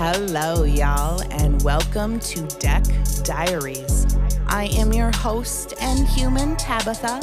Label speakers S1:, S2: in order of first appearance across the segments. S1: Hello, y'all, and welcome to Deck Diaries. I am your host and human, Tabitha,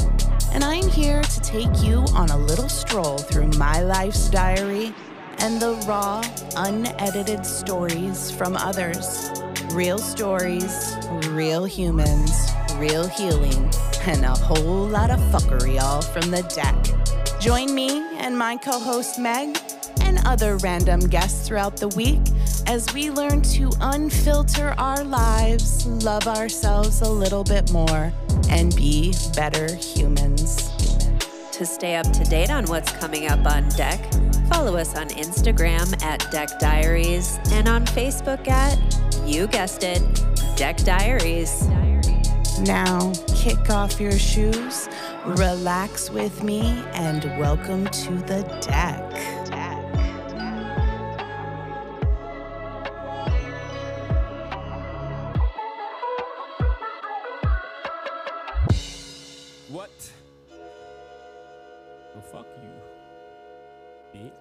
S1: and I'm here to take you on a little stroll through my life's diary and the raw, unedited stories from others. Real stories, real humans, real healing, and a whole lot of fuckery all from the deck. Join me and my co host Meg and other random guests throughout the week as we learn to unfilter our lives, love ourselves a little bit more, and be better humans.
S2: To stay up to date on what's coming up on deck, follow us on Instagram at Deck Diaries and on Facebook at, you guessed it, Deck Diaries.
S1: Now, kick off your shoes, relax with me, and welcome to the deck.
S3: What? Well, fuck you, bitch.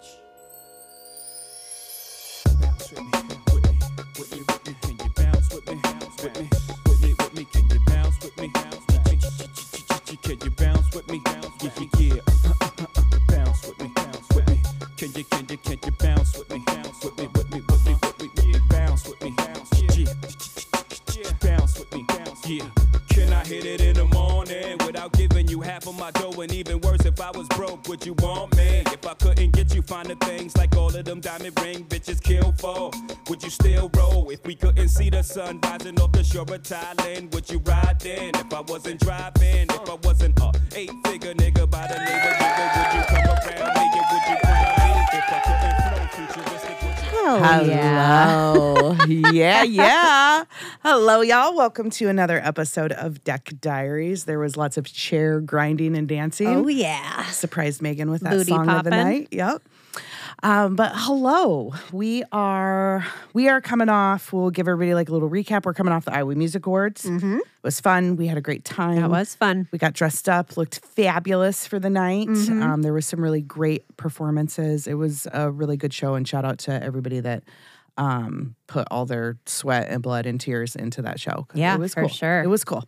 S3: Bounce with me, with me, with me, with me. Can you bounce with me, bounce with me, with me, with me? Can you bounce with me, bounce with me? Ch-ch-ch-ch-ch-ch. Can you bounce with me, bounce with me? Yeah, yeah, yeah. Bounce with me, bounce with me. Can you, can you, can you bounce with me, bounce with me, with me, with me, with me? Yeah, bounce with me, bounce, yeah. Bounce with me, bounce, yeah. Can I hit it in the morning without giving you half of my dough? And even worse, if I was broke, would you want me? If I couldn't get you finer things like all of them diamond ring bitches kill for, would you still roll? If we couldn't see the sun rising off the shore of Thailand, would you ride then? If I wasn't driving, if I wasn't a eight figure nigga by the name of nigga, would you come around me? And would you put on me? If I couldn't flow futuristic, would you?
S2: Oh,
S1: Hello. yeah, yeah. Hello, y'all. Welcome to another episode of Deck Diaries. There was lots of chair grinding and dancing.
S2: Oh, yeah.
S1: Surprised Megan with that
S2: Booty
S1: song of the
S2: poppin'.
S1: night. Yep. Um, but hello, we are we are coming off. We'll give everybody like a little recap. We're coming off the Iowa Music Awards. It was fun. We had a great time.
S2: Mm-hmm. That was fun.
S1: We got dressed up, looked fabulous for the night.
S2: Mm-hmm.
S1: Um, there was some really great performances. It was a really good show, and shout out to everybody that um, put all their sweat and blood and tears into that show. 'cause
S2: Yeah,
S1: it was
S2: for
S1: cool.
S2: sure.
S1: It was cool.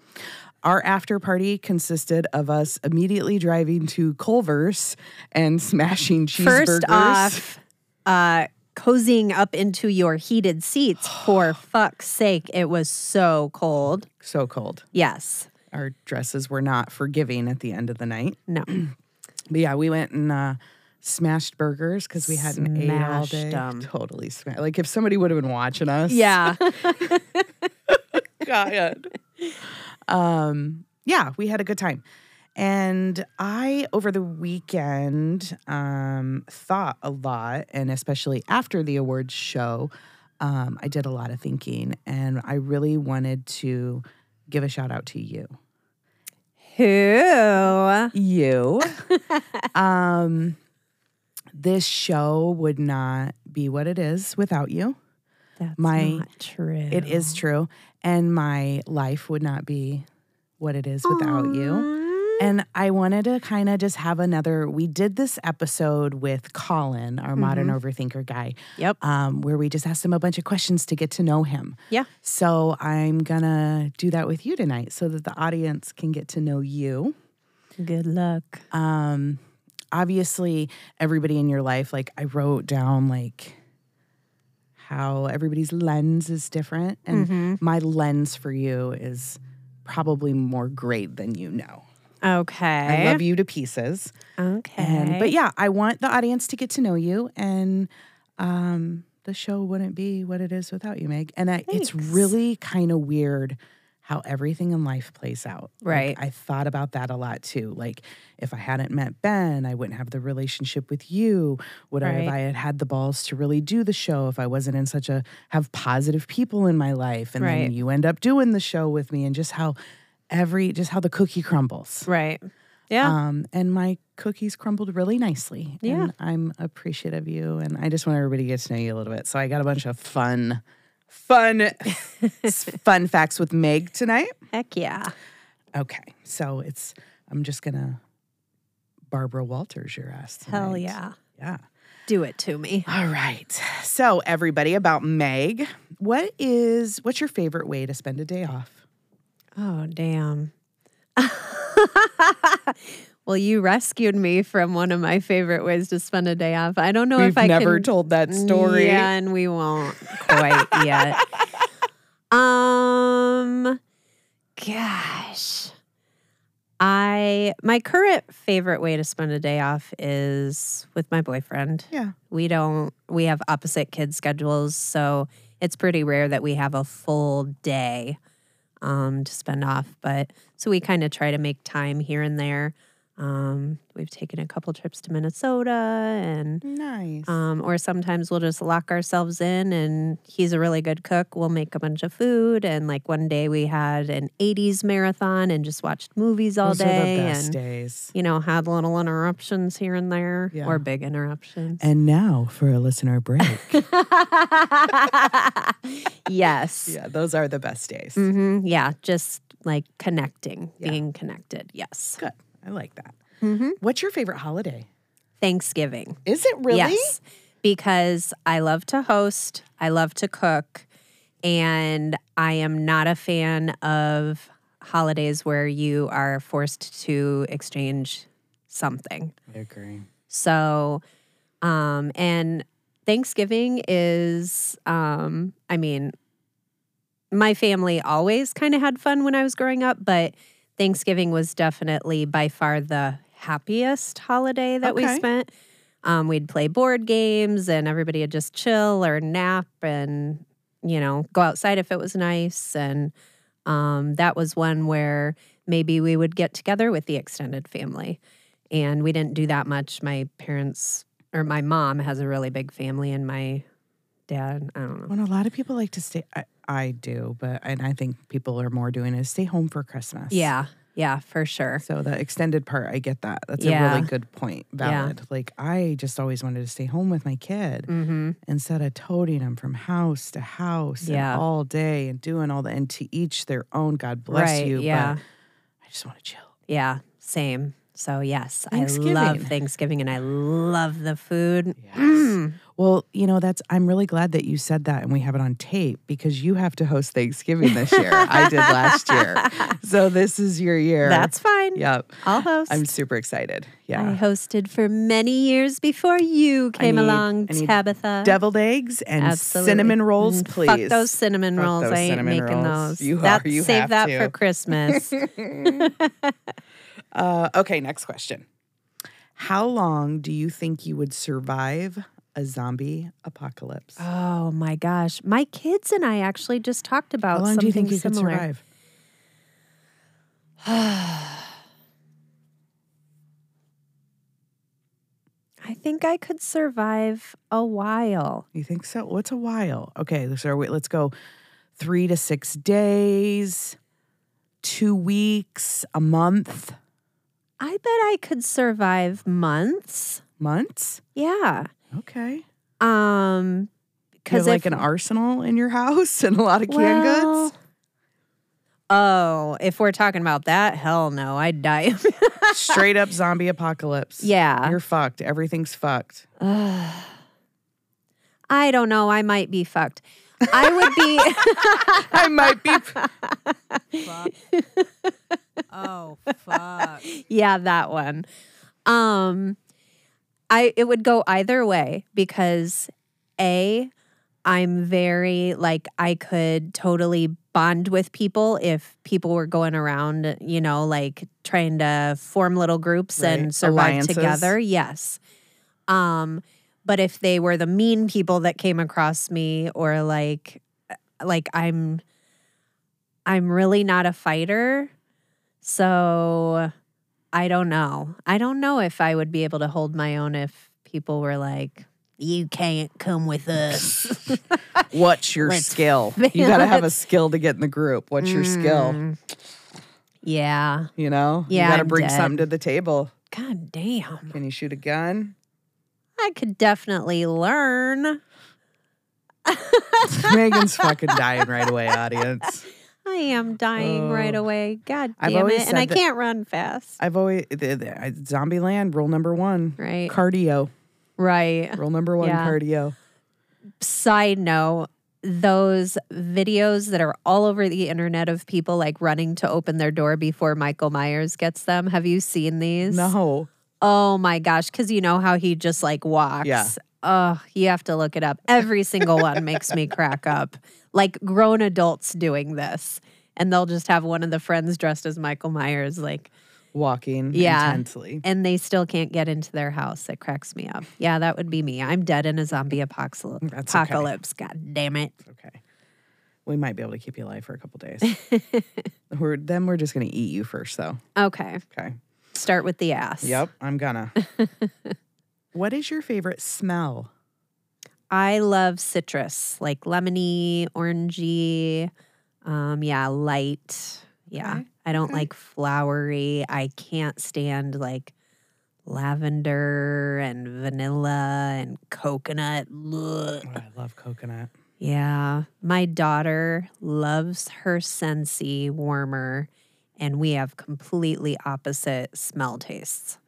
S1: Our after party consisted of us immediately driving to Culver's and smashing cheeseburgers.
S2: First off, uh, cozying up into your heated seats for fuck's sake. It was so cold.
S1: so cold.
S2: Yes.
S1: Our dresses were not forgiving at the end of the night.
S2: No.
S1: But yeah, we went and uh, smashed burgers because we hadn't ate all
S2: Smashed
S1: day.
S2: 'em.
S1: Totally smashed. Like if somebody would have been watching us.
S2: Yeah.
S1: God. um, yeah, we had a good time. And I, over the weekend, um, thought a lot, and especially after the awards show, um, I did a lot of thinking, and I really wanted to give a shout out to you.
S2: Who?
S1: You. um, this show would not be what it is without you.
S2: That's
S1: My-
S2: not true.
S1: It is true. And my life would not be what it is without you. And I wanted to kind of just have another. We did this episode with Colin, our modern overthinker guy,
S2: Yep.
S1: um, where we just asked him a bunch of questions to get to know him.
S2: Yeah.
S1: So I'm going to do that with you tonight so that the audience can get to know you.
S2: Good luck.
S1: Um, obviously, everybody in your life, like I wrote down, like, how everybody's lens is different. And
S2: Mm-hmm.
S1: my lens for you is probably more great than you know.
S2: Okay.
S1: I love you to pieces.
S2: Okay.
S1: And but yeah, I want the audience to get to know you and um the show wouldn't be what it is without you, Meg. And I, it's
S2: Thanks.
S1: really kind of weird how everything in life plays out. Like,
S2: Right.
S1: I thought about that a lot too. Like if I hadn't met Ben, I wouldn't have the relationship with you. Would I if
S2: Right.
S1: I had had the balls to really do the show if I wasn't in such a have positive people in my life and
S2: Right.
S1: then you end up doing the show with me and just how every just how the cookie crumbles.
S2: right. Yeah.
S1: Um, and my cookies crumbled really nicely.
S2: Yeah.
S1: And I'm appreciative of you. And I just want everybody to get to know you a little bit. So I got a bunch of fun, fun, fun facts with Meg tonight.
S2: Heck yeah.
S1: Okay. So it's, I'm just going to Barbara Walters your ass.
S2: Hell
S1: tonight.
S2: yeah.
S1: Yeah.
S2: Do it to me.
S1: All right. So, everybody, about Meg, what is what's your favorite way to spend a day off?
S2: Oh, damn. well, you rescued me from one of my favorite ways to spend a day off. I don't know
S1: We've
S2: if I
S1: never
S2: can
S1: told that story.
S2: Yeah, and we won't quite yet. Um gosh. I my current favorite way to spend a day off is with my boyfriend.
S1: Yeah.
S2: We don't we have opposite kid schedules, so it's pretty rare that we have a full day um to spend off, but so we kind of try to make time here and there. Um we've taken a couple trips to Minnesota and
S1: Nice.
S2: um, or sometimes we'll just lock ourselves in, and he's a really good cook. We'll make a bunch of food, and like one day we had an '80s marathon and just watched movies all
S1: Those
S2: day,
S1: are the best
S2: and
S1: days.
S2: you know had little interruptions here and there
S1: Yeah.
S2: or big interruptions.
S1: And now for a listener break.
S2: yes,
S1: yeah, those are the best days.
S2: hmm yeah, just like connecting,
S1: Yeah.
S2: being connected. Yes,
S1: Good. I like that.
S2: hmm
S1: What's your favorite holiday?
S2: Thanksgiving.
S1: Is it really?
S2: Yes, because I love to host, I love to cook, and I am not a fan of holidays where you are forced to exchange something.
S1: I agree.
S2: So, um, and Thanksgiving is, um, I mean, my family always kind of had fun when I was growing up, but Thanksgiving was definitely by far the happiest holiday that we
S1: Okay.
S2: spent. Um, we'd play board games and everybody would just chill or nap and, you know, go outside if it was nice. And um, that was one where maybe we would get together with the extended family. And we didn't do that much. My parents or my mom has a really big family, and my dad, I don't know.
S1: When a lot of people like to stay, I, I do, but and I think people are more doing is stay home for Christmas.
S2: Yeah, yeah, for sure.
S1: So the extended part, I get that. That's a
S2: Yeah.
S1: really good point.
S2: Yeah.
S1: Valid. Like I just always wanted to stay home with my kid
S2: Mm-hmm.
S1: instead of toting him from house to house
S2: Yeah.
S1: and all day and doing all the and to each their own. God bless
S2: right,
S1: you.
S2: Yeah,
S1: But I just want to chill.
S2: yeah, same. So yes, I love
S1: Thanksgiving.
S2: Thanksgiving, and I love the food.
S1: Yes.
S2: Mm.
S1: Well, you know, that's I'm really glad that you said that and we have it on tape because you have to host Thanksgiving this year. I did last year. So this is your year.
S2: That's fine.
S1: yep.
S2: I'll host.
S1: I'm super excited.
S2: I
S1: Yeah.
S2: hosted for many years before you came
S1: need-
S2: along,
S1: I need
S2: Tabitha.
S1: Deviled eggs and
S2: Absolutely.
S1: cinnamon rolls,
S2: Mm,
S1: please.
S2: Fuck those cinnamon
S1: Fuck
S2: rolls.
S1: those
S2: I ain't
S1: cinnamon
S2: making
S1: rolls.
S2: those.
S1: You
S2: that,
S1: are- you
S2: save
S1: have
S2: that
S1: to.
S2: for Christmas.
S1: Uh, okay, next question. How long do you think you would survive a zombie apocalypse?
S2: oh my gosh, my kids and I actually just talked about
S1: How long
S2: something
S1: do you think you could
S2: similar.
S1: survive?
S2: I think I could survive a while.
S1: You think so? What's a while? Okay, so are we, let's go three to six days, two weeks, a month,
S2: I bet I could survive months.
S1: months.
S2: Yeah.
S1: Okay.
S2: Um
S1: You have
S2: because
S1: like an arsenal in your house and a lot of canned
S2: well,
S1: goods.
S2: Oh, if we're talking about that, hell no, I'd die.
S1: Straight up zombie apocalypse.
S2: yeah.
S1: You're fucked. Everything's fucked.
S2: Ugh. I don't know. I might be fucked. I would be.
S1: I might be.
S4: Oh, fuck.
S2: yeah, that one. Um, I it would go either way because a, I'm very like I could totally bond with people if people were going around, you know, like trying to form little groups
S1: Right.
S2: and survive
S1: Alliances.
S2: together. Yes. Um, but if they were the mean people that came across me or like uh, like i'm i'm really not a fighter so i don't know i don't know if i would be able to hold my own if people were like you can't come with us
S1: What's your
S2: Let's
S1: skill? You got to have a
S2: let's-
S1: skill to get in the group. What's your skill?
S2: Mm. yeah
S1: You know?
S2: Yeah,
S1: You got to
S2: I'm
S1: bring
S2: dead.
S1: something to the table.
S2: god damn
S1: Can you shoot a gun?
S2: i could definitely learn
S1: Megan's fucking dying right away, audience.
S2: i am dying right
S1: Oh.
S2: away god
S1: I've
S2: damn
S1: always
S2: it
S1: said
S2: and i
S1: that-
S2: can't run fast
S1: I've always the, the, I- Zombie Land rule number one.
S2: right
S1: Cardio.
S2: Right.
S1: Rule number one
S2: Yeah.
S1: cardio.
S2: side note those videos that are all over the internet of people like running to open their door before Michael Myers gets them. Have you seen these?
S1: No.
S2: Oh my gosh, cuz you know how he just like walks.
S1: Yeah.
S2: Oh, you have to look it up. Every single one makes me crack up. Like grown adults doing this. And they'll just have one of the friends dressed as Michael Myers like
S1: Walking
S2: Yeah.
S1: intensely.
S2: and they still can't get into their house. It cracks me up. Yeah, that would be me. I'm dead in a zombie apocalypse.
S1: That's okay.
S2: apocalypse. God damn it.
S1: Okay. We might be able to keep you alive for a couple days. we're, then we're just going to eat you first, though.
S2: Okay.
S1: Okay.
S2: Start with the ass.
S1: Yep. I'm gonna. what is your favorite smell?
S2: I love citrus, like lemony, orangey. Um, yeah, light. Yeah.
S1: Okay.
S2: I don't
S1: Okay.
S2: like flowery. I can't stand like lavender and vanilla and coconut. Blech.
S1: Oh, I love coconut.
S2: Yeah. My daughter loves her Scentsy warmer, and we have completely opposite smell tastes.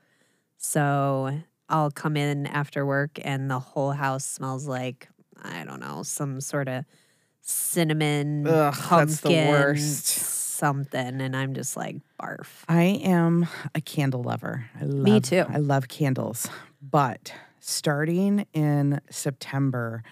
S2: So I'll come in after work, and the whole house smells like, I don't know, some sort of cinnamon,
S1: Ugh,
S2: pumpkin,
S1: that's the worst.
S2: something. And I'm just like, barf.
S1: I am a candle lover. I love,
S2: Me too.
S1: I love candles, but starting in September,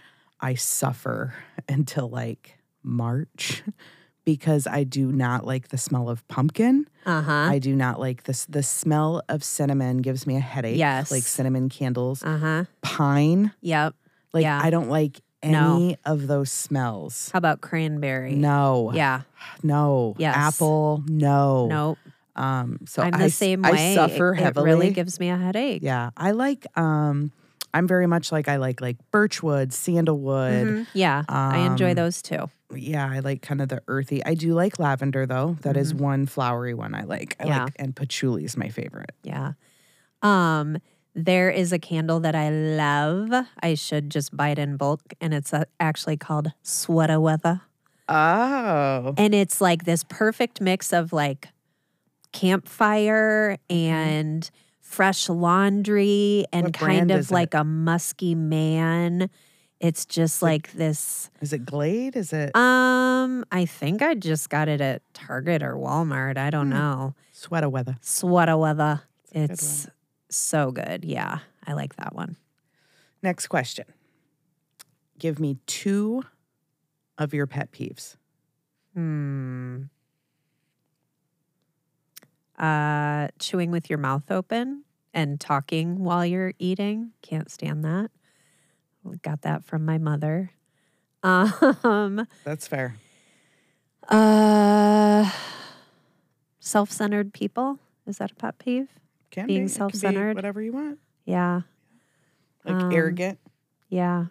S1: I suffer until like March because I do not like the smell of pumpkin.
S2: Uh huh.
S1: I do not like this. The smell of cinnamon gives me a headache.
S2: Yes.
S1: like cinnamon candles,
S2: Uh huh.
S1: pine.
S2: Yep.
S1: Like
S2: Yeah.
S1: I don't like
S2: No.
S1: any of those smells.
S2: How about cranberry?
S1: No.
S2: Yeah.
S1: No.
S2: Yes.
S1: Apple. No.
S2: Nope.
S1: Um. So
S2: I'm
S1: I
S2: the
S1: s-
S2: same
S1: I
S2: way. It-
S1: suffer
S2: it,
S1: heavily.
S2: really gives me a headache.
S1: yeah. I like. Um. I'm very much like I like like birchwood, sandalwood.
S2: Mhm. Yeah, I enjoy
S1: Um,
S2: those too.
S1: Yeah, I like kind of the earthy. I do like lavender though. That is one flowery one I like. I
S2: Yeah.
S1: like and patchouli is my favorite.
S2: Yeah. Um, there is a candle that I love. I should just buy it in bulk, and it's uh, actually called Sweater Weather,
S1: Oh.
S2: and it's like this perfect mix of like campfire and fresh laundry and
S1: Mm-hmm. What
S2: kind
S1: brand
S2: of
S1: is it?
S2: like a musky man. It's just like this.
S1: Is it Glade? Is it
S2: Um, I think I just got it at Target or Walmart. I don't
S1: Hmm.
S2: know.
S1: sweater weather?
S2: Sweater weather.
S1: a good one.
S2: It's so good. Yeah, I like that one.
S1: Next question. Give me two of your pet peeves.
S2: Hmm. Uh, chewing with your mouth open and talking while you're eating. Can't stand that. Got that from my mother. Um,
S1: That's fair.
S2: uh, self centered people. Is that a pet peeve? Being
S1: Can be. It can be
S2: self-centered.
S1: whatever you want.
S2: Yeah.
S1: Like
S2: Um,
S1: arrogant.
S2: Yeah.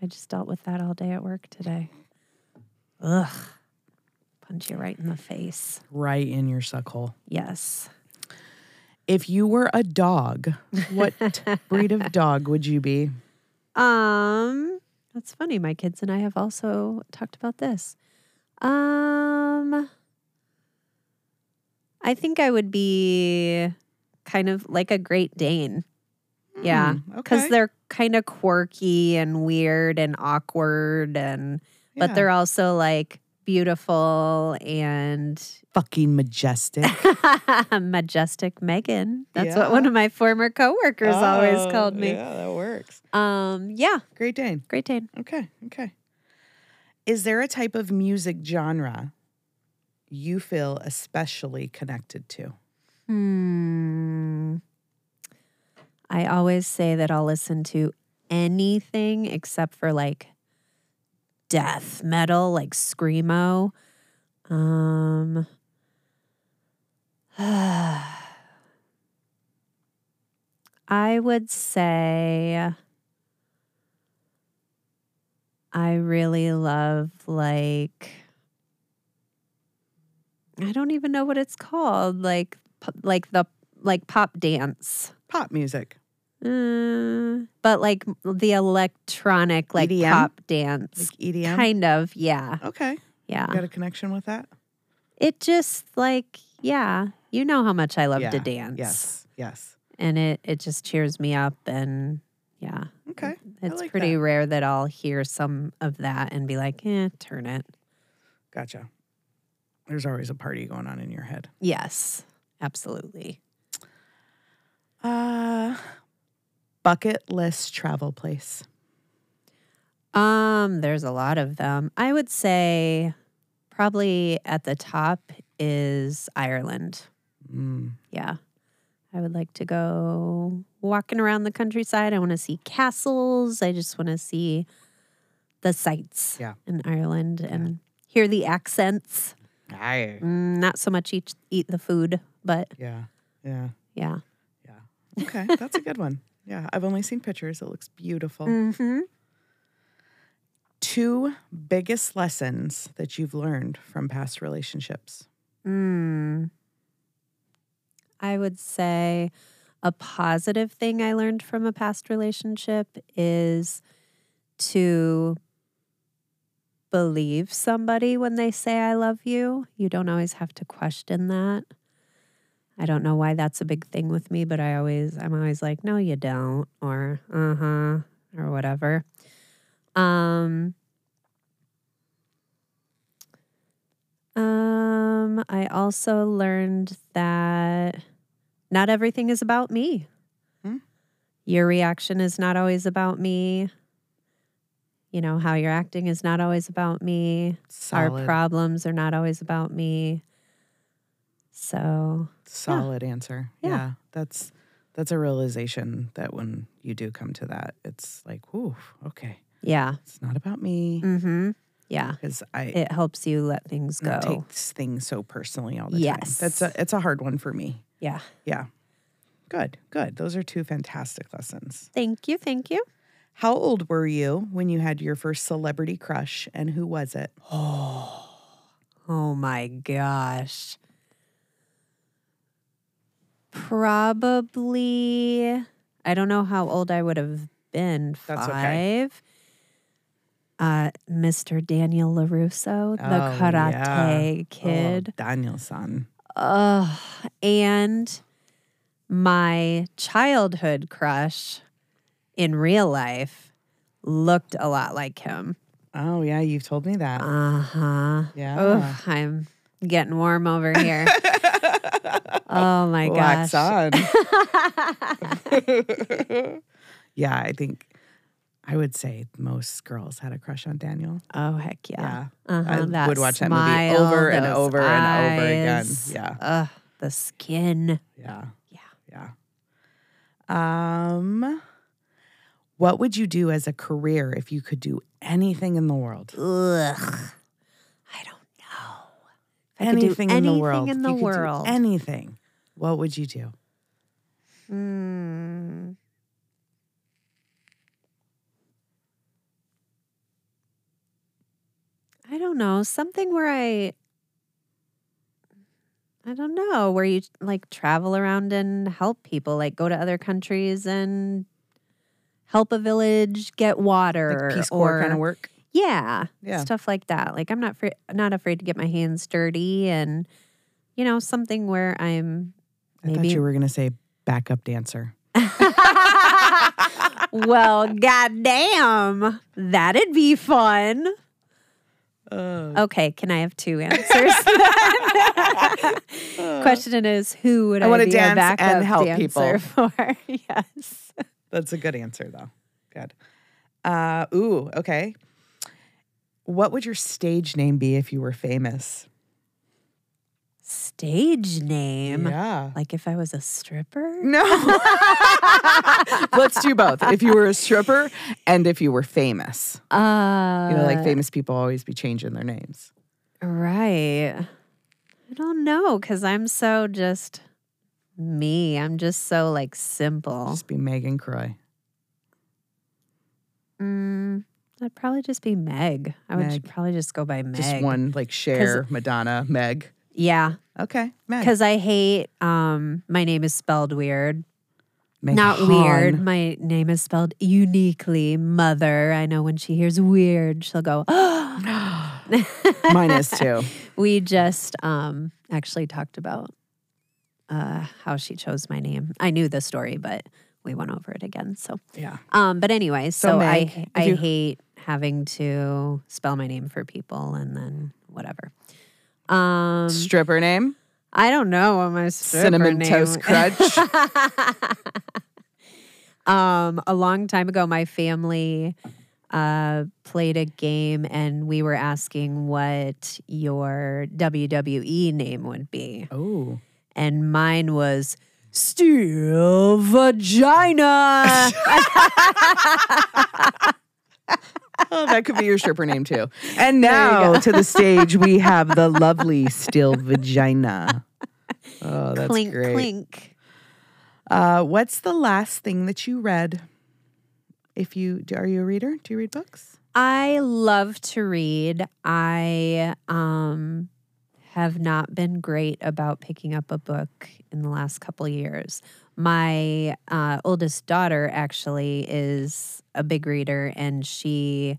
S2: I just dealt with that all day at work today. Ugh. Punch you right in the face.
S1: Right in your suck hole.
S2: Yes.
S1: If you were a dog, what breed of dog would you be?
S2: Um, that's funny. My kids and I have also talked about this. Um, I think I would be kind of like a Great Dane. Yeah,
S1: Hmm,
S2: because
S1: okay.
S2: they're kind of quirky and weird and awkward, and but
S1: Yeah.
S2: they're also like beautiful and
S1: fucking majestic.
S2: majestic Megan. That's what one of my former coworkers always called
S1: Oh,
S2: me.
S1: Yeah, that works.
S2: Um, yeah,
S1: Great Dane.
S2: Great Dane.
S1: Okay. Okay. Is there a type of music genre you feel especially connected to?
S2: Hmm. I always say that I'll listen to anything except for like death metal, like screamo. Um I would say I really love like I don't even know what it's called, like p- like the like pop dance.
S1: Pop music.
S2: Uh, but like m- the electronic like
S1: EDM?
S2: pop dance
S1: E Like E EDM.
S2: kind of yeah
S1: Okay.
S2: yeah
S1: Got a connection with that?
S2: it just like yeah you know how much i love
S1: Yeah,
S2: to dance
S1: Yes. Yes.
S2: and it it just cheers me up and Yeah.
S1: Okay. I
S2: It's
S1: like
S2: pretty
S1: that.
S2: rare that I'll hear some of that and be like, eh, turn it.
S1: Gotcha. There's always a party going on in your head.
S2: Yes, absolutely.
S1: Uh bucket list travel place.
S2: Um, there's a lot of them. I would say probably at the top is Ireland.
S1: Mm.
S2: Yeah. I would like to go walking around the countryside. I want to see castles. I just want to see the sights
S1: Yeah.
S2: in Ireland and hear the accents.
S1: Aye.
S2: Mm, Not so much eat, eat the food, but
S1: Yeah. Yeah.
S2: yeah.
S1: Yeah. Okay. That's a good one. Yeah. I've only seen pictures. It looks beautiful.
S2: Mm-hmm.
S1: Two biggest lessons that you've learned from past relationships.
S2: Mm. I would say a positive thing I learned from a past relationship is to believe somebody when they say, I love you. You don't always have to question that. I don't know why that's a big thing with me, but I always, I'm always like, no, you don't, or uh huh, or whatever. Um, Um, I also learned that not everything is about me.
S1: Hmm.
S2: Your reaction is not always about me. You know, how you're acting is not always about me. Our
S1: Solid.
S2: problems are not always about me. So,
S1: solid answer.
S2: Yeah.
S1: yeah. That's that's a realization that when you do come to that, it's like, whoo, okay.
S2: yeah.
S1: It's not about me.
S2: Mm-hmm. Yeah.
S1: Because I
S2: It helps you let things
S1: I
S2: go.
S1: take things so personally all the time. That's a
S2: Yes.
S1: it's a hard one for me.
S2: yeah.
S1: Yeah. Good, good. Those are two fantastic lessons.
S2: Thank you. Thank you.
S1: How old were you when you had your first celebrity crush and who was it?
S2: Oh my gosh. Probably, I don't know how old I would have been. Five.
S1: That's okay.
S2: Uh, Mr. Daniel LaRusso, the
S1: Oh,
S2: karate kid.
S1: Oh, Danielson.
S2: Ugh. And my childhood crush in real life looked a lot like him.
S1: Oh yeah, you've told me that.
S2: Uh huh.
S1: yeah.
S2: Oh, I'm getting warm over here. oh my
S1: Wax
S2: gosh.
S1: on. yeah, I think I would say most girls had a crush on Daniel.
S2: Oh heck yeah.
S1: Yeah.
S2: Uh-huh,
S1: I
S2: that
S1: would watch that movie
S2: smile,
S1: over and
S2: those
S1: over and over again.
S2: eyes.
S1: Yeah.
S2: Ugh, the skin.
S1: Yeah.
S2: Yeah.
S1: Yeah. Um what would you do as a career if you could do anything in the world?
S2: Ugh. I don't know. If I could do
S1: Anything in the
S2: anything
S1: world.
S2: in
S1: If
S2: the
S1: you could do
S2: world.
S1: anything. What would you do?
S2: Hmm. I don't know. Something where I I don't know, where you like travel around and help people, like go to other countries and help a village get water
S1: like Peace Corps
S2: or
S1: kind of work?
S2: yeah,
S1: Yeah.
S2: stuff like that. Like I'm not fr- not afraid to get my hands dirty and you know, something where I'm
S1: I thought
S2: maybe
S1: you were going to say backup dancer.
S2: well, goddamn, that'd be fun.
S1: Uh,
S2: Okay, can I have two answers? Question is, who would
S1: I
S2: I,
S1: wanna
S2: be
S1: dance
S2: a backup
S1: and help
S2: dancer for? yes.
S1: That's a good answer though. Good. Uh ooh, okay. What would your stage name be if you were famous?
S2: Stage name,
S1: Yeah.
S2: like if I was a stripper.
S1: No. Let's do both. If you were a stripper and if you were famous.
S2: Uh,
S1: You know, like famous people always be changing their names.
S2: Right. I don't know because I'm so just me. I'm just so like simple.
S1: Just be Megan Croy.
S2: Mm, I'd probably just be Meg. I would
S1: Meg.
S2: probably just go by Meg.
S1: Just one like Cher, Madonna, Meg.
S2: Yeah,
S1: Okay. Meg.
S2: because I hate um my name is spelled weird.
S1: Meg
S2: Not
S1: Hahn.
S2: weird. My name is spelled uniquely. Mother. I know when she hears weird, she'll go. "Oh!"
S1: Mine is too.
S2: we just um actually talked about uh how she chose my name. I knew the story, but we went over it again. So,
S1: Yeah.
S2: um, but anyway, so,
S1: So, Meg,
S2: I
S1: if
S2: I
S1: you-
S2: hate having to spell my name for people and then whatever. Um,
S1: Stripper name?
S2: I don't know what my stripper
S1: Cinnamon
S2: name-
S1: Toast Crunch.
S2: um, a long time ago, my family uh, played a game, and we were asking what your WWE name would be,
S1: Oh.
S2: and mine was Steel Vagina.
S1: Oh, that could be your stripper name too. And now to the stage we have the lovely still vagina. Oh, that's
S2: clink,
S1: great.
S2: clink.
S1: Uh, what's the last thing that you read? If you do, are you a reader? Do you read books?
S2: I love to read. I um, have not been great about picking up a book in the last couple years. My uh, oldest daughter actually is a big reader, and she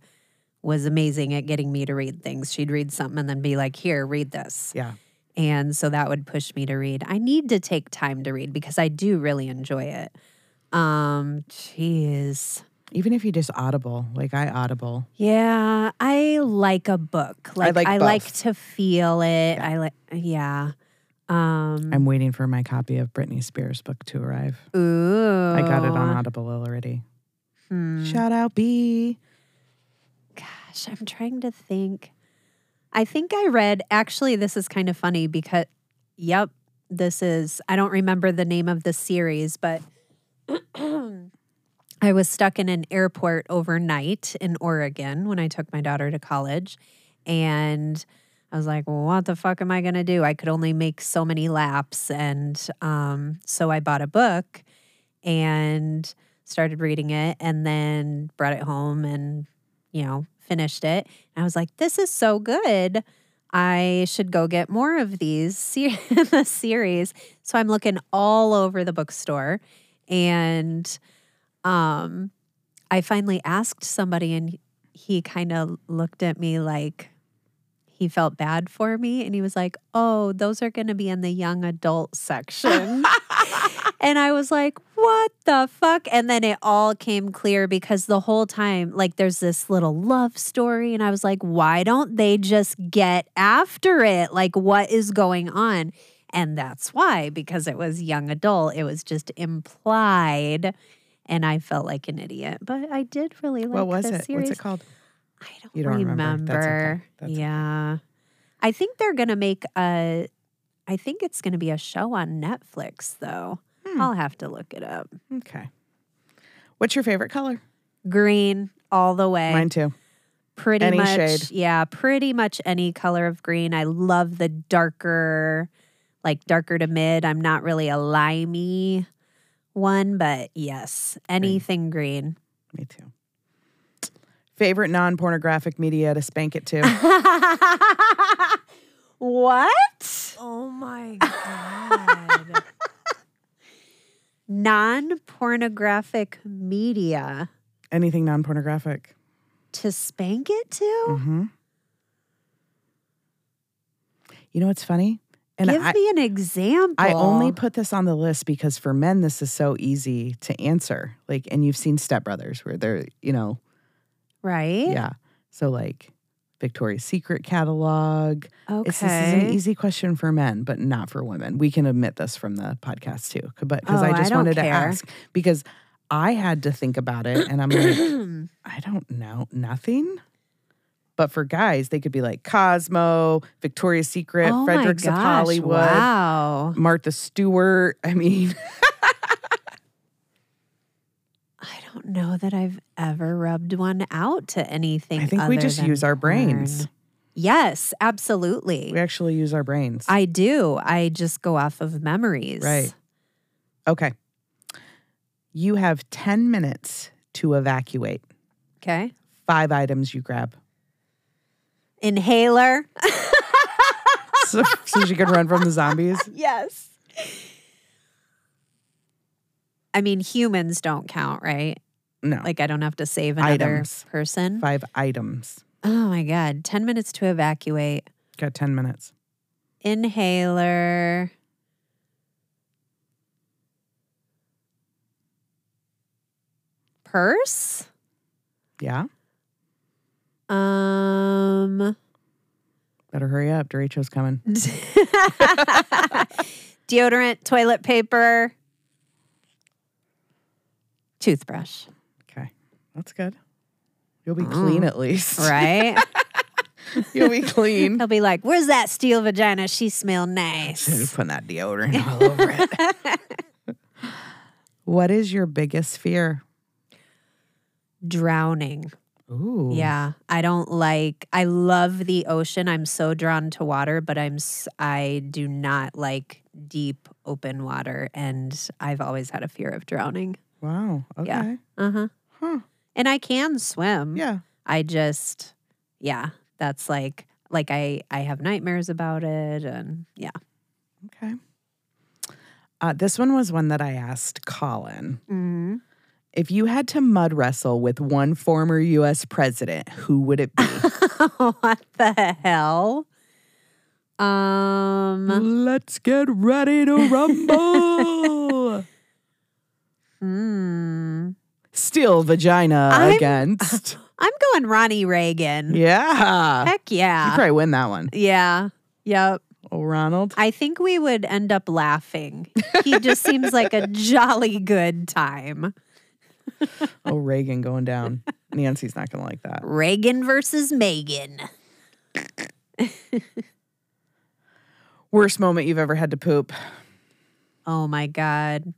S2: was amazing at getting me to read things. She'd read something and then be like, "Here, read this."
S1: Yeah.
S2: And so that would push me to read. I need to take time to read because I do really enjoy it. Um, jeez.
S1: Even if you just audible, like I audible.
S2: Yeah, I like a book. Like I like,
S1: like both.
S2: to feel it. I like yeah. Um
S1: I'm waiting for my copy of Britney Spears' book to arrive.
S2: ooh.
S1: I got it on Audible already.
S2: Hmm.
S1: Oh. Mm. Shout out B.
S2: Gosh, I'm trying to think. I think I read actually this is kind of funny because yep, this is I don't remember the name of the series, but I was stuck in an airport overnight in Oregon when I took my daughter to college and I was like, what the fuck am I going to do? I could only make so many laps and um so I bought a book and started reading it and then brought it home and you know finished it and i was like this is so good i should go get more of these se- the series so i'm looking all over the bookstore and um i finally asked somebody and he kind of looked at me like he felt bad for me and he was like oh those are going to be in the young adult section and I was like, what the fuck? And then it all came clear because the whole time, like, there's this little love story. And I was like, why don't they just get after it? Like, what is going on? And that's why, because it was young adult, it was just implied. And I felt like an idiot, but I did really like
S1: What was
S2: this
S1: it?
S2: series.
S1: What's it called?
S2: I don't,
S1: You don't remember. That's okay.
S2: remember.
S1: That's okay.
S2: yeah. I think they're going to make a I think it's going to be a show on Netflix though.
S1: Hmm.
S2: I'll have to look it up.
S1: Okay. What's your favorite color?
S2: Green all the way.
S1: Mine too.
S2: pretty
S1: any
S2: much
S1: shade.
S2: yeah, pretty much any color of green. I love the darker like darker to mid. I'm not really a limey one, but yes, anything green.
S1: Me too. Favorite non pornographic media to spank it to?
S2: what?
S5: Oh my god.
S2: Non pornographic media
S1: Anything non pornographic.
S2: to spank it to?
S1: hmm You know what's funny? And
S2: Give
S1: I,
S2: me an example.
S1: I only put this on the list because for men, this is so easy to answer. Like, and you've seen Step Brothers where they're, you know,
S2: right.
S1: yeah. So, like, Victoria's Secret catalog.
S2: Okay.
S1: It's, this is an easy question for men, but not for women. We can admit this from the podcast too. c- But because
S2: Oh,
S1: I
S2: I
S1: just
S2: don't
S1: wanted to
S2: care.
S1: ask, because I had to think about it and I'm like, I don't know, nothing. But for guys, they could be like Cosmo, Victoria's Secret,
S2: oh
S1: Fredericks
S2: my
S1: of
S2: gosh,
S1: Hollywood,
S2: Wow.
S1: Martha Stewart. I mean,
S2: I don't know that I've ever rubbed one out to anything.
S1: I think we
S2: other
S1: just
S2: than
S1: use our brains.
S2: porn. Yes, absolutely.
S1: We actually use our brains.
S2: I do. I just go off of memories.
S1: Right. okay. You have 10 minutes to evacuate.
S2: Okay.
S1: Five items you grab
S2: Inhaler.
S1: so, so you can run from the zombies.
S2: yes. I mean, humans don't count, right?
S1: No, like
S2: Like, hmm? I don't have to save another
S1: Items.
S2: person.
S1: five items.
S2: Oh my God. 10 minutes to evacuate.
S1: Got 10 minutes.
S2: Inhaler. purse.
S1: Yeah.
S2: Um,
S1: Better hurry up. Derecho's coming.
S2: deodorant, toilet paper, toothbrush,
S1: Okay. That's good. You'll be clean at least.
S2: Mm. right?
S1: You'll be clean.
S2: He'll be like, Where's that steel vagina? She smell nice.
S1: Putting that deodorant all over it. what is your biggest fear?
S2: Drowning.
S1: Ooh.
S2: Yeah, I don't like. I love the ocean. I'm so drawn to water, but I'm s- I do not like deep open water, and I've always had a fear of drowning.
S1: Wow. Okay.
S2: Yeah. Uh huh.
S1: Huh.
S2: And I can swim.
S1: Yeah.
S2: I just, yeah, that's like like I I have nightmares about it, and yeah.
S1: Okay. Uh, this one was one that I asked Colin.
S2: Mm-hmm.
S1: If you had to mud wrestle with one former US president, who would it be?
S2: what the hell? Um.
S1: Let's get ready to rumble.
S2: hmm.
S1: Still vagina
S2: I'm-
S1: against.
S2: I'm going Ronnie Reagan.
S1: Yeah.
S2: Heck yeah.
S1: You probably win that one.
S2: Yeah. Yep.
S1: Oh, Ronald.
S2: I think we would end up laughing. He just seems like a jolly good time.
S1: Oh, Reagan going down. Nancy's not going to like that.
S2: Reagan versus Megan.
S1: Worst moment you've ever had to poop.
S2: Oh my God.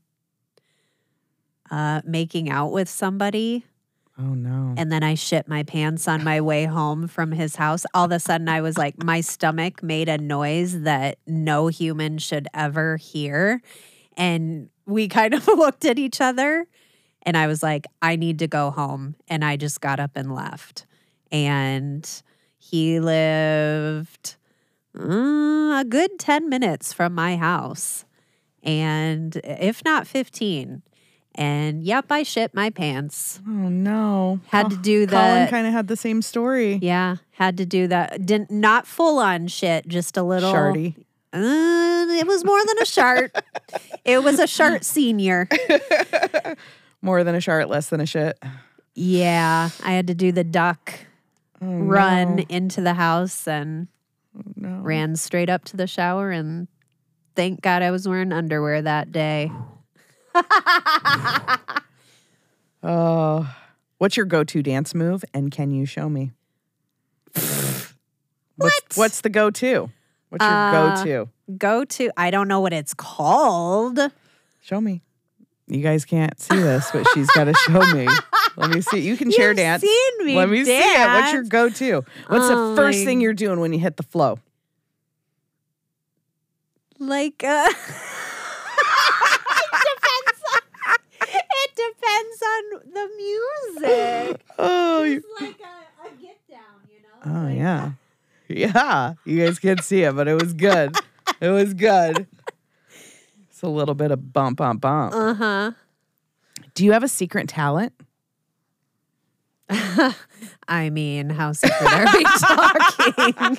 S2: Uh, making out with somebody.
S1: Oh, no.
S2: And then I shit my pants on my way home from his house. All of a sudden, I was like, my stomach made a noise that no human should ever hear. And we kind of looked at each other. And I was like, I need to go home. And I just got up and left. And he lived mm, a good 10 minutes from my house, and if not 15. And yep, I shit my pants.
S1: Oh, no.
S2: Had to
S1: Col-
S2: do
S1: Oh, Colin
S2: the
S1: kind of had the same story.
S2: yeah, had to do that. Didn't not full on shit, just a little.
S1: Shardy.
S2: Uh, it was more than a shart. it was a shart senior.
S1: More than a shart, less than a shit.
S2: Yeah, I had to do the duck
S1: Oh,
S2: run
S1: no. Oh,
S2: into the house and
S1: No.
S2: ran straight up to the shower and thank God I was wearing underwear that day.
S1: Oh, what's your go-to dance move, and can you show me? What's,
S2: What?
S1: what's the go-to? What's your
S2: Uh,
S1: go-to?
S2: Go to I don't know what it's called.
S1: Show me. You guys can't see this, but she's got to show me. Let me see. You can share
S2: You've
S1: dance.
S2: Seen me
S1: Let me see it. What's your
S2: dance.
S1: go-to? What's
S2: Oh
S1: the first
S2: my-
S1: thing you're doing when you hit the flow?
S2: like uh, it depends on it depends on the music.
S1: Oh, you-
S2: It's like a, a get down, you know.
S1: oh yeah, yeah. You guys can't see it, but it was good. It was good. It's a little bit of bump, bump, bump.
S2: Uh huh.
S1: Do you have a secret talent?
S2: I mean, how secret are we talking?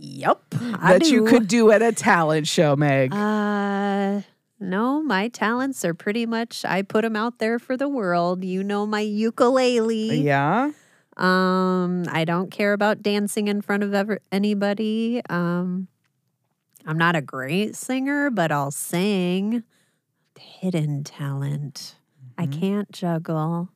S2: yep. I
S1: that you
S2: do.
S1: could do at a talent show, Meg.
S2: Uh, no, my talents are pretty much I put them out there for the world. You know my ukulele.
S1: yeah.
S2: Um, I don't care about dancing in front of ever anybody. Um, I'm not a great singer, but I'll sing. Hidden talent. I
S1: Mm-hmm.
S2: can't juggle.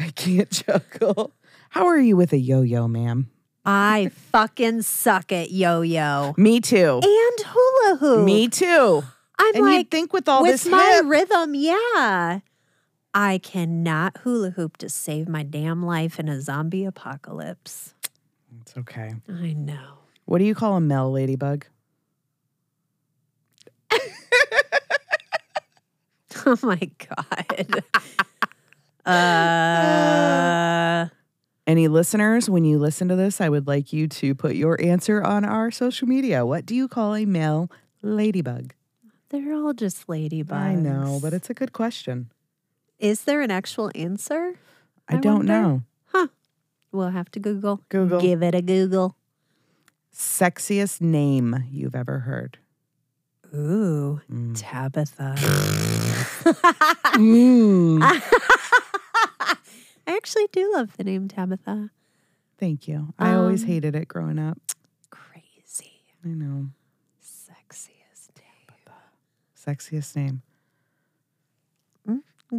S1: I can't juggle. How are you with a yo yo, ma'am?
S2: I fucking suck at yo-yo
S1: Me too.
S2: and hula hoop.
S1: Me too.
S2: I'm
S1: and
S2: like
S1: you'd think with all
S2: with
S1: this
S2: my
S1: hip.
S2: rhythm, yeah. I cannot hula hoop to save my damn life in a zombie apocalypse.
S1: It's okay.
S2: I know.
S1: What do you call a male ladybug?
S2: Oh my god. uh,
S1: Any listeners, when you listen to this, I would like you to put your answer on our social media. What do you call a male ladybug?
S2: they're all just ladybugs.
S1: I know, but it's a good question.
S2: is there an actual answer?
S1: I,
S2: I
S1: don't
S2: wonder.
S1: know.
S2: We'll have to Google.
S1: Google.
S2: Give it a Google.
S1: Sexiest name you've ever heard.
S2: Ooh,
S1: Mm. Ah.
S2: Tabitha.
S1: Mm.
S2: actually do love the name Tabitha.
S1: Thank you. I always
S2: Um,
S1: hated it growing up.
S2: Crazy.
S1: I know.
S2: Sexiest name.
S1: Sexiest name.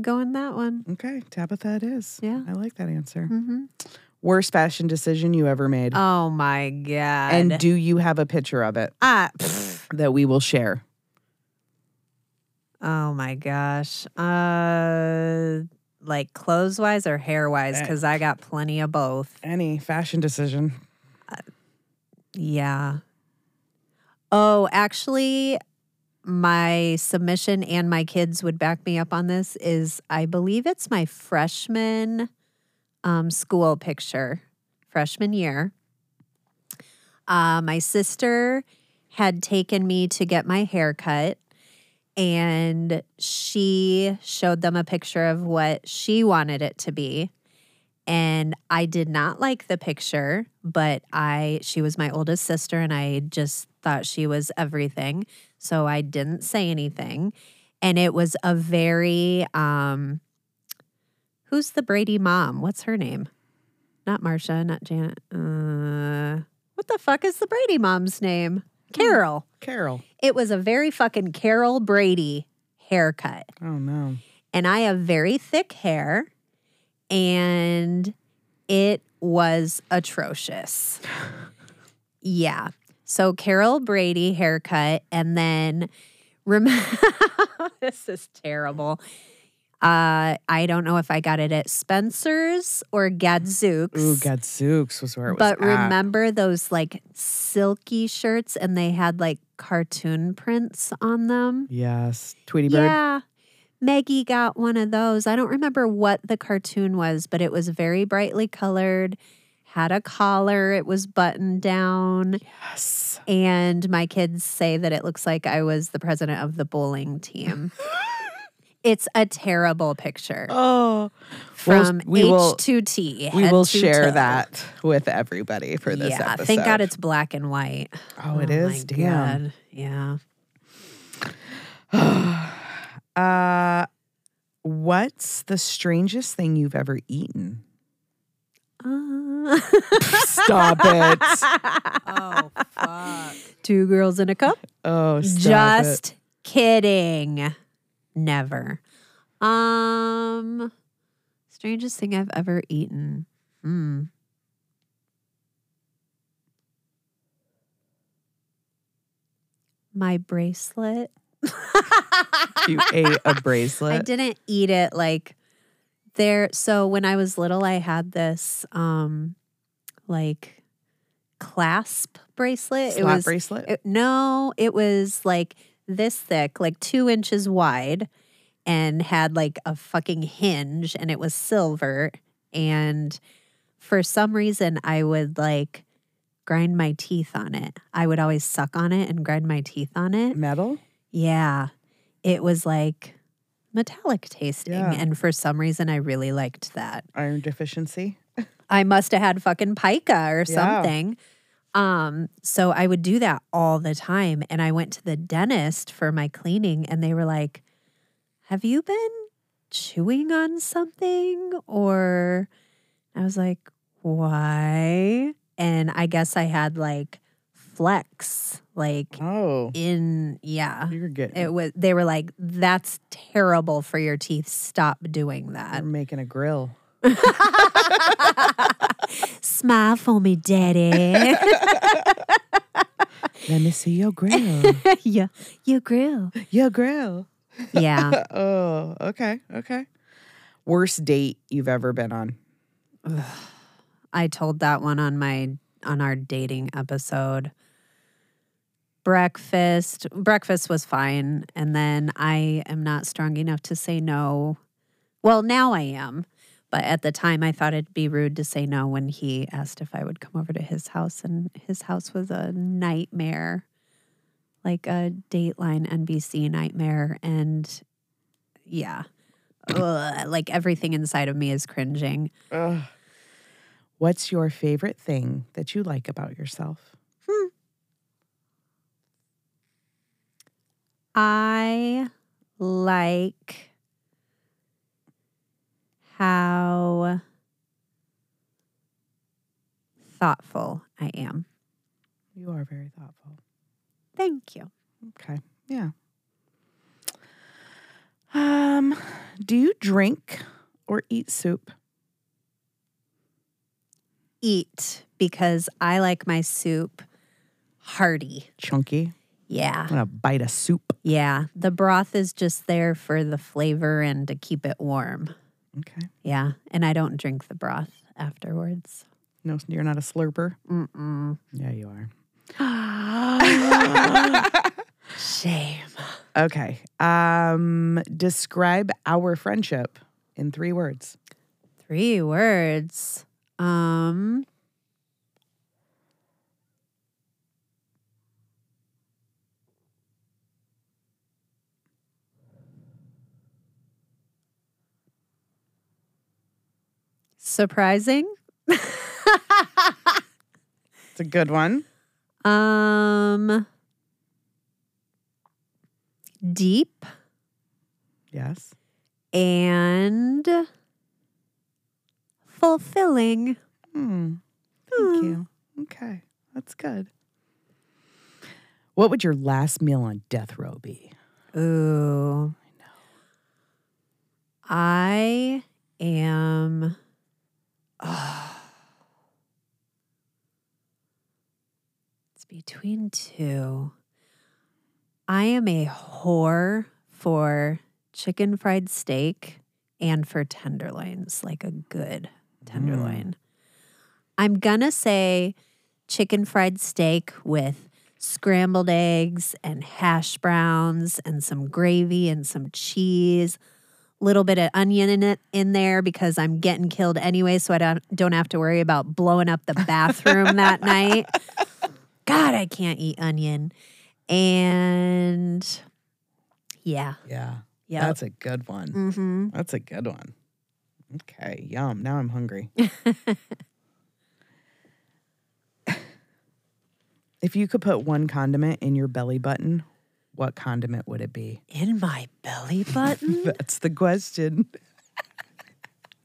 S2: Going that one.
S1: Okay, Tabitha it is.
S2: Yeah.
S1: I like that answer.
S2: hmm
S1: Worst fashion decision you ever made.
S2: Oh my God.
S1: and do you have a picture of it
S2: ah, pfft.
S1: that we will share?
S2: Oh my gosh. Uh like clothes wise or hair wise
S1: Eh.
S2: cuz I got plenty of both.
S1: Any fashion decision.
S2: Yeah. Oh, actually my submission and my kids would back me up on this is I believe it's my freshman um school picture. Freshman year. Uh, my sister had taken me to get my hair cut and she showed them a picture of what she wanted it to be and i did not like the picture but i she was my oldest sister and i just thought she was everything so i didn't say anything and it was a very um who's the brady mom what's her name not Marcia, not janet uh, what the fuck is the brady mom's name carol
S1: Carol.
S2: it was a very fucking Carol Brady haircut.
S1: Oh no.
S2: And I have very thick hair, and it was atrocious. yeah. So, Carol Brady haircut. And then, remember, this is terrible. Uh, I don't know if I got it at Spencer's or Gadzooks.
S1: Ooh, Gadzooks was where it was.
S2: But
S1: at.
S2: remember those like silky shirts and they had like cartoon prints on them?
S1: Yes. Tweety Bird.
S2: Yeah. Maggie got one of those. I don't remember what the cartoon was, but it was very brightly colored, had a collar, it was buttoned down.
S1: Yes.
S2: And my kids say that it looks like I was the president of the bowling team. it's a terrible picture
S1: Oh. Well,
S2: from
S1: we will-
S2: H2T.
S1: We
S2: head
S1: will
S2: to
S1: share
S2: toe.
S1: that with everybody for this
S2: yeah,
S1: episode.
S2: thank God it's black and white.
S1: Oh, it
S2: my
S1: is. Damn.
S2: God. Yeah.
S1: uh, what's the strangest thing you've ever eaten?
S2: Uh,
S1: Stop it.
S5: Oh, fuck.
S2: Two girls in a cup.
S1: Oh, stop
S2: Just kidding. Never. Um, strangest thing I've ever eaten. Hmm. My bracelet.
S1: it. You ate a bracelet.
S2: I didn't eat it like there. So when I was little, I had this um like clasp bracelet.
S1: Slap
S2: it was
S1: bracelet.
S2: it- no, it was like this thick, like two inches wide, and had like a fucking hinge, and it was silver. And for some reason, I would like grind my teeth on it. I would always suck on it and grind my teeth on it.
S1: Metal?
S2: Yeah. It was like metallic tasting.
S1: Yeah.
S2: And for some reason, I really liked that.
S1: Iron deficiency?
S2: I must have had fucking pica or
S1: Yeah.
S2: something. Um, so I would do that all the time. And I went to the dentist for my cleaning, and they were like, Have you been chewing on something? Or I was like, Why? And I guess I had like flex, like
S1: Oh.
S2: in, yeah.
S1: You're getting.
S2: It was they were like, that's terrible for your teeth. Stop doing
S1: you're
S2: that.
S1: making a grill.
S2: Smile for me, daddy.
S1: Let me see your grill.
S2: yeah. Your grill.
S1: your grill.
S2: Yeah.
S1: oh, okay. Okay. Worst date you've ever been on?
S2: I told that one on my on our dating episode. Breakfast. Breakfast was fine. And then I am not strong enough to say no. Well, now I am. But at the time I thought it'd be rude to say no when he asked if I would come over to his house and his house was a nightmare. Like a dateline NBC nightmare and yeah. Ugh, like everything inside of me is cringing.
S1: Ugh. What's your favorite thing that you like about yourself?
S2: I like how thoughtful I am.
S1: You are very thoughtful.
S2: Thank you.
S1: Okay. Yeah. Um, do you drink or eat soup?
S2: Eat because I like my soup hearty.
S1: Chunky.
S2: Yeah.
S1: I'm gonna bite a soup.
S2: Yeah. The broth is just there for the flavor and to keep it warm.
S1: Okay.
S2: Yeah. And I don't drink the broth afterwards.
S1: No, you're not a slurper.
S2: Mm-mm.
S1: Yeah, you are.
S2: Shame.
S1: Okay. Um, describe our friendship in three words.
S2: Three words. Um Surprising?
S1: It's a good one.
S2: um deep
S1: Yes.
S2: and fulfilling.
S1: Hmm. Thank you. Okay. That's good. What would your last meal on death row be?
S2: Ooh. I am. it's between two. I am a whore for chicken fried steak and for tenderloins, like a good tenderloin. I'm gonna say chicken fried steak with scrambled eggs and hash browns and some gravy and some cheese little bit of onion in it in there because i'm getting killed anyway so i don't, don't have to worry about blowing up the bathroom that night god i can't eat onion and yeah
S1: Yeah.
S2: yeah
S1: a good one.
S2: mm-hmm.
S1: That's a good one. Okay, yum. Now I'm hungry. if you could put one condiment in your belly button, what condiment would it be?
S2: in my belly button
S1: That's the question.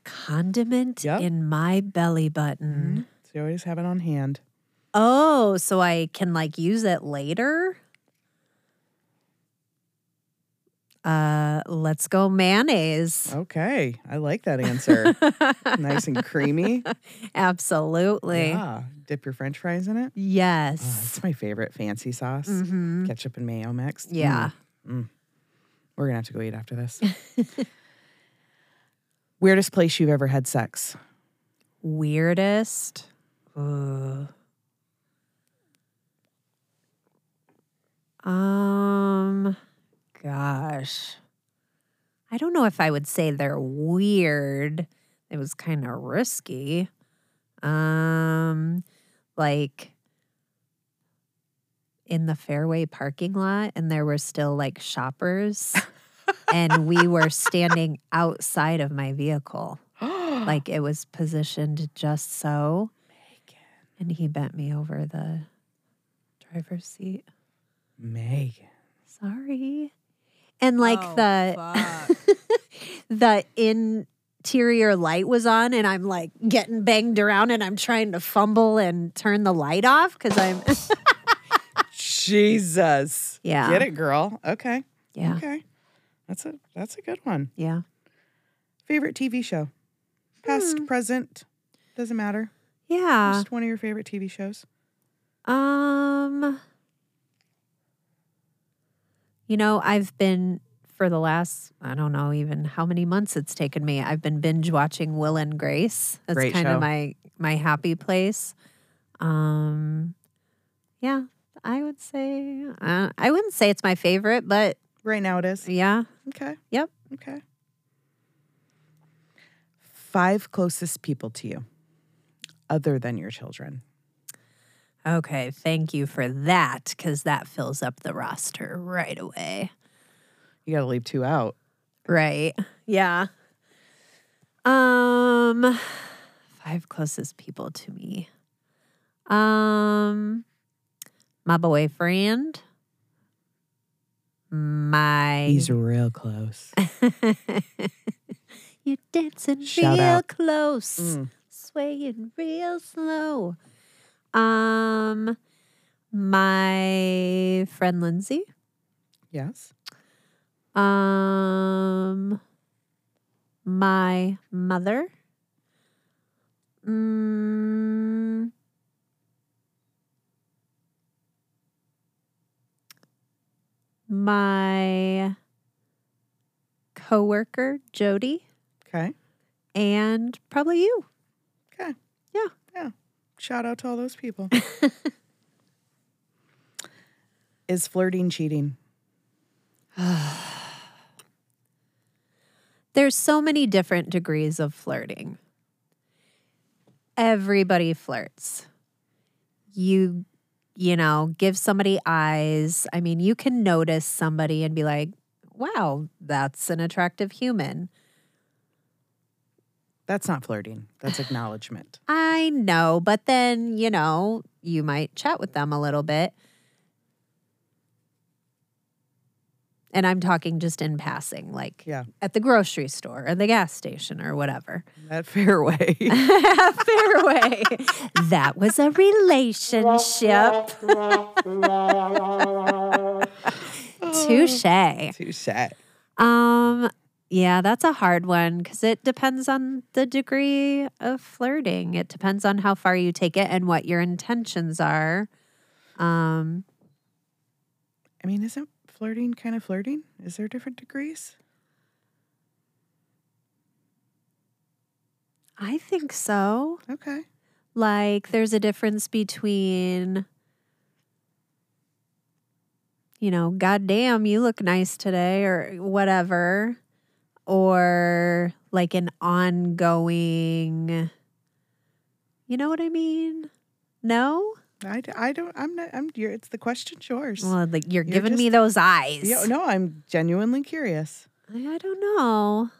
S2: condiment
S1: Yep.
S2: in my belly button
S1: So you always have it on hand.
S2: Oh, so I can like use it later? Uh, let's go mayonnaise.
S1: Okay, I like that answer. nice and creamy.
S2: Absolutely.
S1: Yeah. Dip your french fries in it. Oh,
S2: Yes.
S1: it's my favorite fancy sauce.
S2: hmm
S1: Ketchup and mayo mixed. Mm.
S2: Yeah.
S1: We're gonna have to go eat after this. Weirdest place you've ever had sex?
S2: Weirdest. Ugh. Um, gosh. I don't know if I would say they're weird. It was kind of risky. Um, like in the fairway parking lot, and there were still like shoppers, and we were standing outside of my vehicle
S1: like
S2: like it was positioned just so. And he bent me over the driver's seat.
S1: Megan.
S2: Sorry. And like
S5: Oh,
S2: the the interior light was on and I'm like getting banged around and I'm trying to fumble and turn the light off cuz I'm
S1: Jesus.
S2: Yeah.
S1: Get it, girl. Okay.
S2: yeah.
S1: Okay. That's a that's a good one.
S2: Yeah.
S1: Favorite TV show?
S2: Hmm.
S1: Past, present, doesn't matter.
S2: Yeah.
S1: Just one of your favorite TV shows.
S2: Um, you know, I've been for the last I don't know even how many months it's taken me. I've been binge watching Will and Grace. That's
S1: Great
S2: kind
S1: show.
S2: of my my happy place. Um, yeah, I would say uh, I wouldn't say it's my favorite, but
S1: Right now it is.
S2: yeah,
S1: Okay.
S2: Yep.
S1: Okay. Five closest people to you other than your children.
S2: okay. Thank you for that because that fills up the roster right away.
S1: You got to leave two out.
S2: Right. Yeah. Um five closest people to me. Um my boyfriend. My
S1: He's real close.
S2: You're dancing
S1: Shout
S2: real
S1: out.
S2: close.
S1: Mm.
S2: Swaying real slow. Um, my friend Lindsay.
S1: Yes.
S2: Um, my mother. Mm, my coworker Jody,
S1: Okay.
S2: and probably you.
S1: Okay.
S2: Yeah.
S1: Yeah. Shout out to all those people. Is flirting cheating?
S2: There's so many different degrees of flirting. Everybody flirts. You you know, give somebody eyes. I mean, you can notice somebody and be like, "Wow, that's an attractive human."
S1: That's not flirting. That's acknowledgement.
S2: I know, but then, you know, you might chat with them a little bit. And I'm talking just in passing, like
S1: Yeah.
S2: at the grocery store or the gas station or whatever.
S1: That fairway.
S2: Fairway. that was a relationship. Touche.
S1: Too sad.
S2: Um, yeah, that's a hard one because it depends on the degree of flirting. It depends on how far you take it and what your intentions are. Um,
S1: I mean, isn't flirting kind of flirting? Is there different degrees?
S2: I think so.
S1: Okay.
S2: Like, there's a difference between, you know, goddamn, you look nice today or whatever, or like an ongoing, you know what I mean? No?
S1: I, d- I don't, I'm not, I'm, you're, it's the question's yours.
S2: Well, like you're,
S1: You're
S2: giving me
S1: just-
S2: those eyes.
S1: Yeah, no, I'm genuinely curious.
S2: I, I don't know.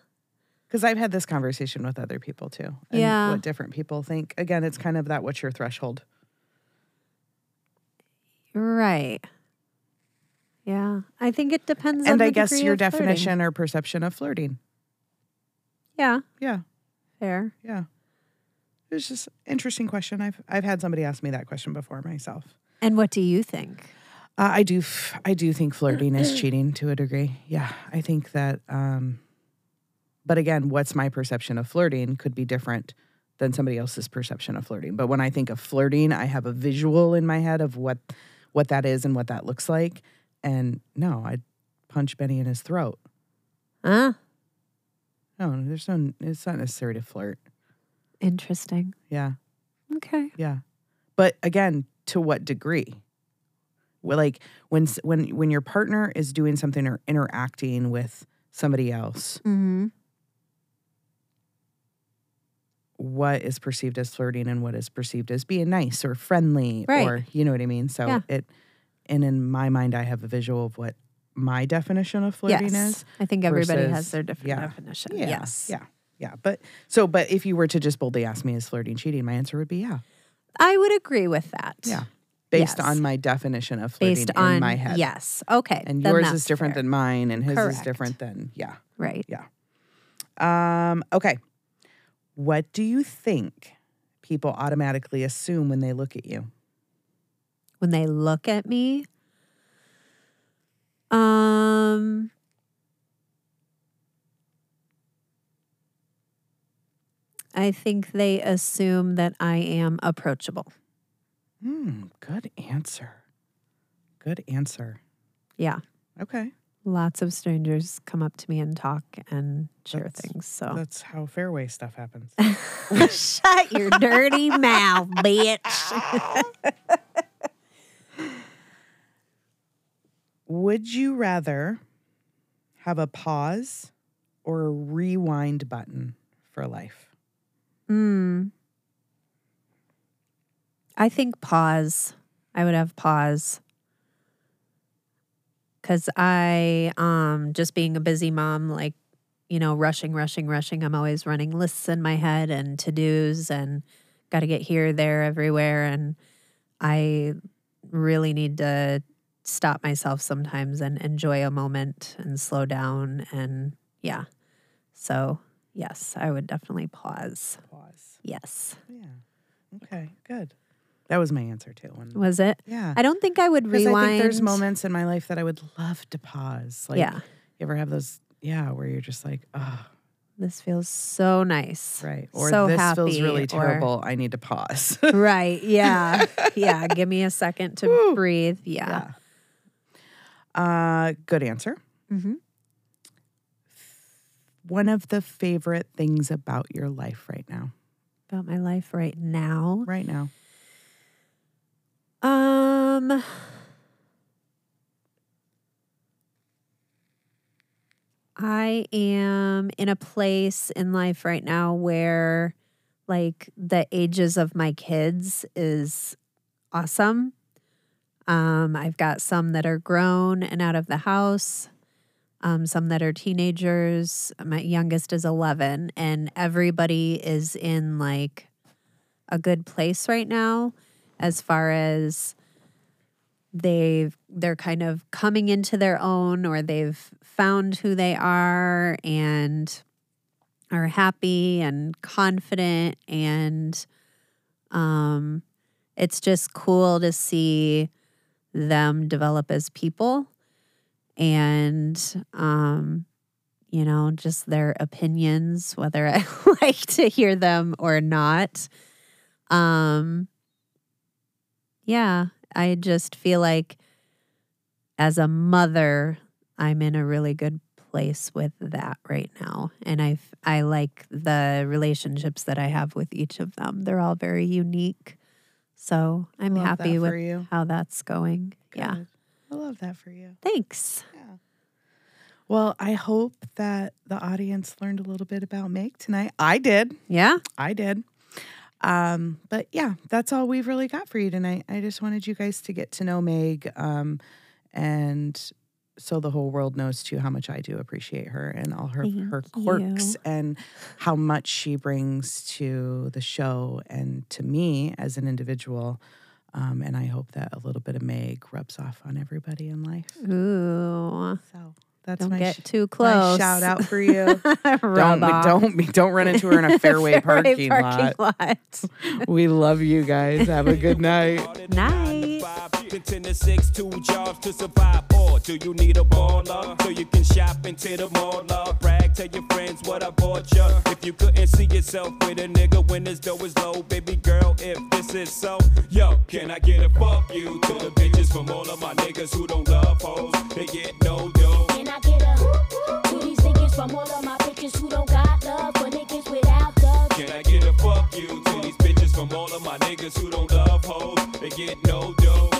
S1: Because I've had this conversation with other people too. And
S2: Yeah.
S1: What different people think. Again, it's kind of that what's your threshold?
S2: Right. Yeah. I think it depends on
S1: and I
S2: the
S1: guess
S2: degree
S1: your
S2: of flirting.
S1: definition or perception of flirting.
S2: Yeah,
S1: Yeah.
S2: fair.
S1: Yeah. It's just interesting question. I've I've had somebody ask me that question before myself.
S2: And what do you think?
S1: Uh, I do f- I do think flirting is cheating to a degree. Yeah, I think that. Um, but again, what's my perception of flirting could be different than somebody else's perception of flirting. But when I think of flirting, I have a visual in my head of what what that is and what that looks like. And no, I'd punch Benny in his throat.
S2: Ah,
S1: No, there's no. It's not necessary to flirt.
S2: interesting.
S1: Yeah.
S2: Okay.
S1: Yeah. But again, to what degree? Well, like when s- when when your partner is doing something or interacting with somebody else,
S2: Mm-hmm.
S1: what is perceived as flirting and what is perceived as being nice or friendly
S2: Right.
S1: or you know what I mean? So
S2: Yeah.
S1: it and in my mind I have a visual of what my definition of flirting is.
S2: I think everybody has
S1: versus-
S2: their different
S1: yeah.
S2: definition.
S1: Yeah,
S2: Yes.
S1: Yeah. Yeah. But so but if you were to just boldly ask me is flirting cheating, my answer would be yeah.
S2: I would agree with that.
S1: Yeah. Based
S2: Yes.
S1: on my definition of flirting
S2: Based
S1: in
S2: on
S1: my head.
S2: Yes. Okay.
S1: and
S2: then
S1: yours
S2: that's
S1: is different
S2: fair.
S1: than mine and his is
S2: Correct.
S1: different than yeah
S2: right.
S1: um okay what do you think people automatically assume when they look at you
S2: when they look at me. Um I think they assume that I am approachable.
S1: hmm good answer good answer
S2: Yeah.
S1: okay
S2: Lots of strangers come up to me and talk and share
S1: That's-
S2: things. So
S1: that's how fairway stuff happens
S2: shut your dirty mouth, bitch.
S1: would you rather have a pause or a rewind button for life
S2: mm. I think pause. I would have pause. Cause I um just being a busy mom, like, you know, rushing, rushing, rushing. I'm always running lists in my head and to-dos and gotta get here, there, everywhere. And I really need to stop myself sometimes and enjoy a moment and slow down and yeah. So yes, I would definitely pause.
S1: pause
S2: Yes.
S1: yeah okay good That was my answer to one.
S2: Was it?
S1: Yeah.
S2: I don't think I would
S1: 'Cause
S2: rewind.
S1: I think there's moments in my life that I would love to pause. Like,
S2: yeah,
S1: You ever have those? Yeah, where you're just like, oh,
S2: this feels so nice.
S1: right. Or
S2: So
S1: this feels
S2: happy,
S1: really
S2: or-
S1: terrible. I need to pause.
S2: right. Yeah. Yeah. Give me a second to
S1: Woo.
S2: breathe. Yeah.
S1: Uh, good answer. Mm-hmm.
S2: hmm
S1: One of the favorite things about your life right now.
S2: About my life right now.
S1: Right now.
S2: Um. I am in a place in life right now where like the ages of my kids is awesome. Um, I've got some that are grown and out of the house, um, some that are teenagers. My youngest is 11, and everybody is in like a good place right now as far as they've they're kind of coming into their own or they've found who they are and are happy and confident and um it's just cool to see them develop as people and um you know just their opinions whether i like to hear them or not um yeah, I just feel like as a mother, I'm in a really good place with that right now. And I f- I like the relationships that I have with each of them. They're all very unique. So, I'm
S1: Love that
S2: happy
S1: for
S2: with
S1: you.
S2: how that's going. Yeah.
S1: Good. I love that for you.
S2: Thanks.
S1: Yeah. Well, I hope that the audience learned a little bit about Make tonight. I did.
S2: Yeah.
S1: I did. Um, but yeah, that's all we've really got for you tonight. I just wanted you guys to get to know Meg. Um, and so the whole world knows too how much I do appreciate her and all her her
S2: Thank
S1: quirks
S2: you.
S1: and how much she brings to the show and to me as an individual. Um, and I hope that a little bit of Meg rubs off on everybody in life.
S2: Ooh.
S1: So that's
S2: Mm. Don't
S1: my
S2: get
S1: sh-
S2: too
S1: my
S2: close.
S1: shout out for you.
S2: Rub
S1: don't we-
S2: off.
S1: don't we- don't run into her in a fairway, parking, lot.
S2: lot.
S1: We love you guys. Have a good night.
S2: Night.
S3: Working 10 to 6, two jobs to survive. Or do you need a baller? So you can shop into the mall. Up. Brag, tell your friends what I bought you. If you couldn't see yourself with a nigga when his dough is low, baby girl, if this is so, yo, can I get a fuck you to the bitches from all of my niggas who don't love hoes? They get no dough.
S6: Can I get a to these niggas from all of my bitches who don't got love for niggas without love?
S3: Can I get a fuck you to these bitches from all of my niggas who don't love hoes? They get no dough.